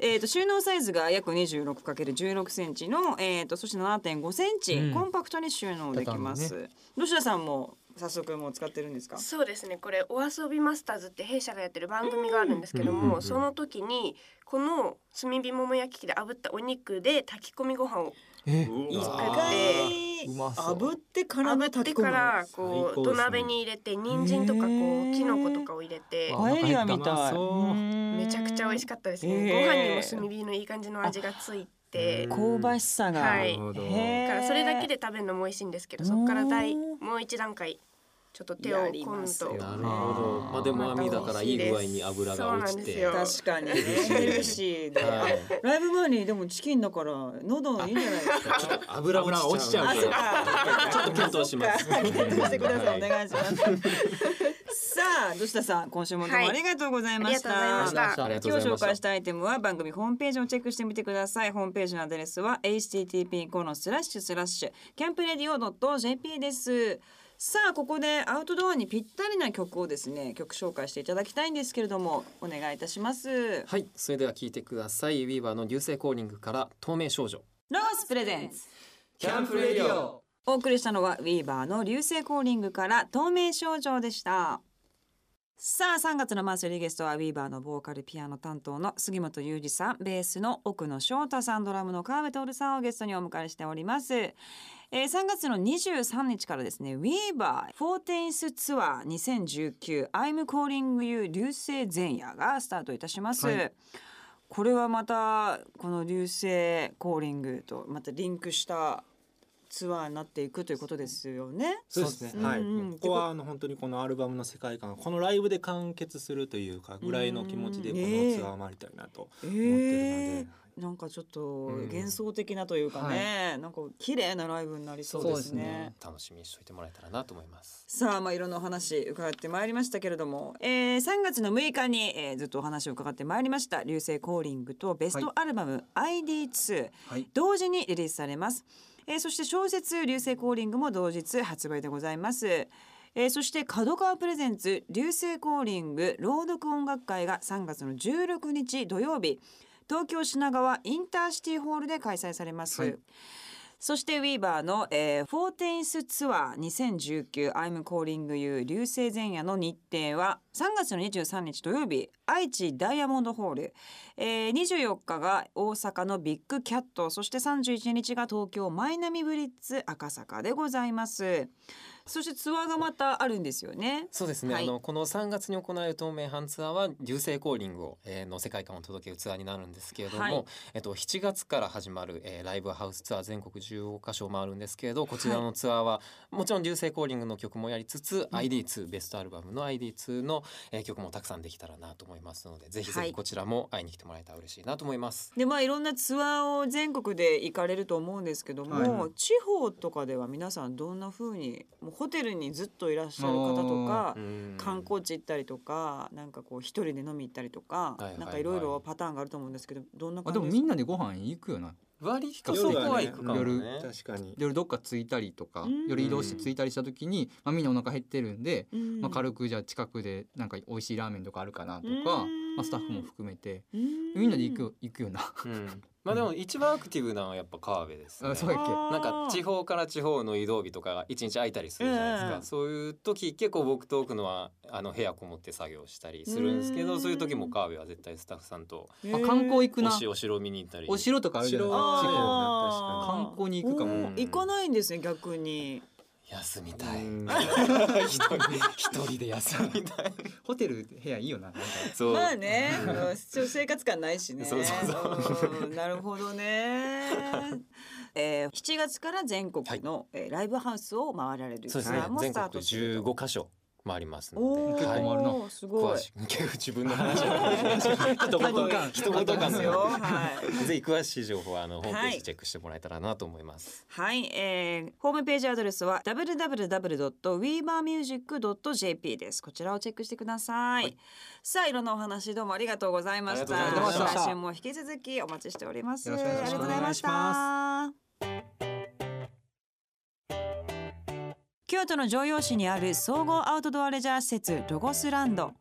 Speaker 1: えー、と収納サイズが約 26×16 センチの、えー、とそして7.5センチ、
Speaker 3: うん
Speaker 1: コンパクトに収納できます。吉田さんも早速もう使ってるんですか。
Speaker 5: そうですねこれ「お遊びマスターズ」って弊社がやってる番組があるんですけど
Speaker 2: うんうんうん
Speaker 5: も、
Speaker 2: うん
Speaker 5: その時にこの炭火もも焼き器で炙ったお肉で炊き込みご飯を
Speaker 2: え
Speaker 4: う
Speaker 1: 一
Speaker 4: わ
Speaker 1: 回
Speaker 2: うまそう
Speaker 1: 炙ってから
Speaker 5: 炙って
Speaker 1: 炊き込む
Speaker 5: か
Speaker 1: の。
Speaker 5: らこ
Speaker 4: 最高で
Speaker 5: う
Speaker 4: すね
Speaker 5: 土鍋に入れて人参とかこ
Speaker 1: へ
Speaker 5: う
Speaker 1: ー
Speaker 5: きのことかを入れて
Speaker 3: わ
Speaker 1: パエリアみ
Speaker 3: お
Speaker 1: た
Speaker 3: 腹い
Speaker 1: い。
Speaker 3: ったなそう
Speaker 5: めちゃくちゃ美味し
Speaker 1: か
Speaker 5: かったです
Speaker 1: へ
Speaker 5: ね。
Speaker 1: ー
Speaker 5: ご飯にも炭火のいい感じの味がついて
Speaker 4: う
Speaker 1: っ
Speaker 4: ん
Speaker 1: 香ばしさが。
Speaker 5: は
Speaker 4: ないるほど
Speaker 1: へ
Speaker 5: だからそれだけで食べるのも美味しいんですけどそこから第もう一段階ちょっと手を
Speaker 1: やり
Speaker 5: 込
Speaker 1: ま
Speaker 5: む
Speaker 1: すよ
Speaker 5: と
Speaker 2: なるほどまあでも網だからいい具合に油が落ちて
Speaker 5: そうなんです
Speaker 1: 確かにねヘルシーで。
Speaker 2: はい
Speaker 1: ライブ前にでもチキンだから喉いいんじゃないですか。
Speaker 4: 油が落ちちゃうからちょっと検討します
Speaker 1: はい検討してください。お
Speaker 4: はい
Speaker 1: 願いします。さあ、どしたさん、今週もどうもありがとうございました。
Speaker 5: はいありがとうございました
Speaker 2: ありがとう
Speaker 1: 今
Speaker 2: ござ
Speaker 1: 日
Speaker 2: い
Speaker 1: 紹
Speaker 2: ました
Speaker 1: 介したアイテムは番組ホームページをチェックしてみてください。ホームページのアドレスは http コロンスラッシュスラッシュキャンプレディオドット jp です。さあここでアウトドアにぴったりな曲をですね曲紹介していただきたいんですけれどもお願いいたします。
Speaker 2: はいそれでは聞いてくださいウィーバーの流星コーリングから透明少女
Speaker 1: ロースプレゼンツ
Speaker 3: キャンプレディオ
Speaker 1: お送りしたのはウィーバーの流星コーリングから透明症状でしたさあ3月のマンスリーゲストはウィーバーのボーカルピアノ担当の杉本裕二さんベースの奥野翔太さんドラムの川辺徹さんをゲストにお迎えしております、えー、3月の23日からですねウィーバーフォーテインスツアー2019 I'm calling you 流星前夜がスタートいたします、
Speaker 3: はい
Speaker 1: これはまたこの流星コーリングとまたリンクしたツアーになっていくということですよね。
Speaker 4: そうですね
Speaker 1: うん
Speaker 4: はい、
Speaker 1: うん
Speaker 4: ここはあの本当にこのアルバムの世界観このライブで完結するというかぐらいの気持ちでこの
Speaker 1: ねえ
Speaker 4: ツアーを回りたいなと
Speaker 1: え
Speaker 4: 思ってるので、
Speaker 1: ーなんかちょっと
Speaker 2: うん
Speaker 1: 幻想的なというかね、なんか綺麗なライブになりそうですね。
Speaker 2: 楽しみにしておいてもらえたらなと思います
Speaker 1: さあ、まあ、いろんなお話伺ってまいりましたけれども、えー、3月の6日に、えー、ずっとお話を伺ってまいりました「流星コーリング」とベストアルバム「ID2」
Speaker 3: はい
Speaker 1: 同時にリリースされます、えー、そして小説「流星コーリング」も同日発売でございます、えー、そして角川プレゼンツ「流星コーリング朗読音楽会」が3月の16日土曜日東京品川インターシティホールで開催されます、
Speaker 3: はい
Speaker 1: そしてウィーバーの、えー、フォーテインスツアー2019 I'm calling you 流星前夜の日程は3月の23日土曜日愛知ダイヤモンドホール、えー、24日が大阪のビッグキャットそして31日が東京マイナミブリッツ赤坂でございますそしてツアーがまたあるんですよね
Speaker 2: そうですね、
Speaker 1: はい
Speaker 2: あのこの3月に行われる透明版ツアーは流星コーリングを、えーの世界観を届けるツアーになるんですけれども、
Speaker 1: はい
Speaker 2: えっと、7月から始まる、えーライブハウスツアー全国15カ所回るんですけれどこちらのツアーは、もちろん流星コーリングの曲もやりつつ、ID2 ベストアルバムの ID2 の、えー曲もたくさんできたらなと思いますのでぜひぜ
Speaker 1: はい
Speaker 2: ひこちらも会いに来てもらえたら嬉しいなと思います。
Speaker 1: でまあいろんなツアーを全国で行かれると思うんですけども、
Speaker 3: はい
Speaker 1: 地方とかでは皆さんどんな風にもうホテルにずっといらっしゃる方とか
Speaker 2: うん
Speaker 1: 観光地行ったりとかなんかこう一人で飲み行ったりとか、
Speaker 2: はいはいはい
Speaker 1: なんかいろいろパターンがあると思うんですけどどんな
Speaker 3: あ
Speaker 1: 感じ
Speaker 3: でも
Speaker 1: です
Speaker 3: み
Speaker 1: か
Speaker 3: んなでご飯行くよな
Speaker 2: 割りか
Speaker 1: そ
Speaker 2: そ
Speaker 1: こ
Speaker 2: こ
Speaker 1: は
Speaker 2: は
Speaker 1: 行
Speaker 2: 行
Speaker 1: く
Speaker 2: く
Speaker 1: か
Speaker 2: か
Speaker 1: も
Speaker 2: も
Speaker 3: ね
Speaker 2: ね。
Speaker 4: 確か に
Speaker 3: 夜どっか着いたりとか
Speaker 1: うん
Speaker 3: 夜移動して着いたりした時に、まあ、みんなお腹減ってるんで、
Speaker 1: うん
Speaker 3: まあ、軽くじゃあ近くでなんか美味しいラーメンとかあるかなとか
Speaker 1: う、ん
Speaker 3: まあ、スタッフも含めて
Speaker 1: うん
Speaker 3: みんなで行く行くよな
Speaker 2: うんまあでも一番アクティブなのはやっぱ川辺です、ね。
Speaker 3: あそうやっけ
Speaker 2: なんか地方から地方の移動日とかが一日空いたりするじゃないですか、
Speaker 1: うん
Speaker 2: そういう時結構僕と奥のはあの部屋こもって作業したりするんですけど、
Speaker 1: うん
Speaker 2: そういう時も川辺は絶対スタッフさんと
Speaker 1: へ
Speaker 3: あ
Speaker 1: ー
Speaker 3: 観光行く
Speaker 2: お
Speaker 3: な
Speaker 2: しお城見に行ったり
Speaker 3: お城とかあるじゃないです
Speaker 4: お城
Speaker 3: か
Speaker 1: あー
Speaker 3: 観光に行くかも
Speaker 1: おー行かないんですね逆に
Speaker 2: 休みたい
Speaker 4: うん
Speaker 2: 一人一人で休みたい
Speaker 3: ホテル部屋いいよななんか
Speaker 2: そう、
Speaker 1: まあね、うんちょっと生活感ないしね。
Speaker 2: そうそう
Speaker 1: うんなるほど ね。えー、7月から全国の、えーライブハウスを回られる
Speaker 2: そうです
Speaker 1: ツ
Speaker 2: ね
Speaker 1: アーもス
Speaker 2: 全
Speaker 1: ター
Speaker 2: 国
Speaker 1: トする
Speaker 2: 15
Speaker 1: と。
Speaker 2: 箇所回ります
Speaker 1: お
Speaker 2: の
Speaker 1: お、
Speaker 3: 結
Speaker 2: で、
Speaker 3: 構
Speaker 2: い、
Speaker 3: 回るな
Speaker 1: すご
Speaker 2: 詳
Speaker 1: い。
Speaker 2: しく自分の話
Speaker 3: 一言感
Speaker 2: 一言感
Speaker 1: ですよ。はい。
Speaker 2: ぜひ詳しい情報はあのホームペー
Speaker 1: はい
Speaker 2: ジチェックしてもらえたらなと思います。
Speaker 1: はい、えー、ホームページアドレスは www.weavermusic.jp です。こちらをチェックしてください。さあ、いろんなお話どうもありがとうございました。
Speaker 2: ありがとうございま
Speaker 3: した
Speaker 1: 来週も引き続きお待ちしております。
Speaker 3: よろし
Speaker 1: ありが
Speaker 3: くお願いします
Speaker 1: とうございました。京都の城陽市にある総合アウトドアレジャー施設ロゴスランド。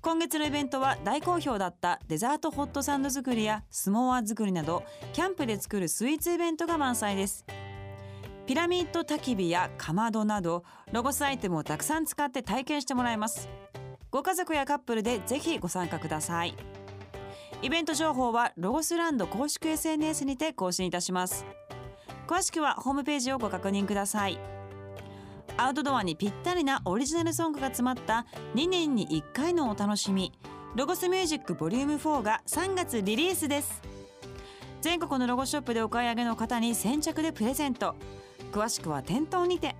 Speaker 1: 今月のイベントは大好評だったデザートホットサンド作りやスモア作りなどキャンプで作るスイーツイベントが満載ですピラミッド焚き火やかまどなどロゴスアイテムをたくさん使って体験してもらいますご家族やカップルでぜひご参加くださいイベント情報はロゴスランド公式 SNS にて更新いたします詳しくはホームページをご確認くださいアウトドアにぴったりなオリジナルソングが詰まった2年に1回のお楽しみロゴスミュージックボリューム4が3月リリースです全国のロゴショップでお買い上げの方に先着でプレゼント詳しくは店頭にて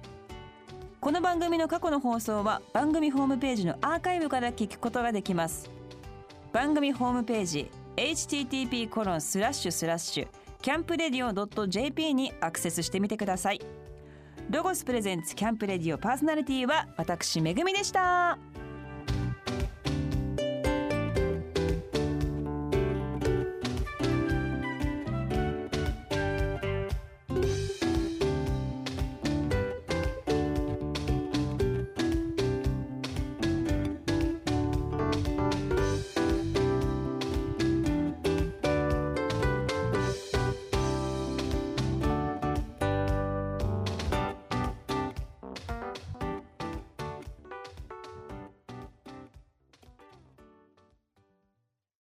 Speaker 1: この番組の過去の放送は番組ホームページのアーカイブから聞くことができます番組ホームページ http コロンスラッシュスラッシュキャンプレディオ .jp にアクセスしてみてくださいロゴスプレゼンツキャンプレディオパーソナリティは私めぐみでした。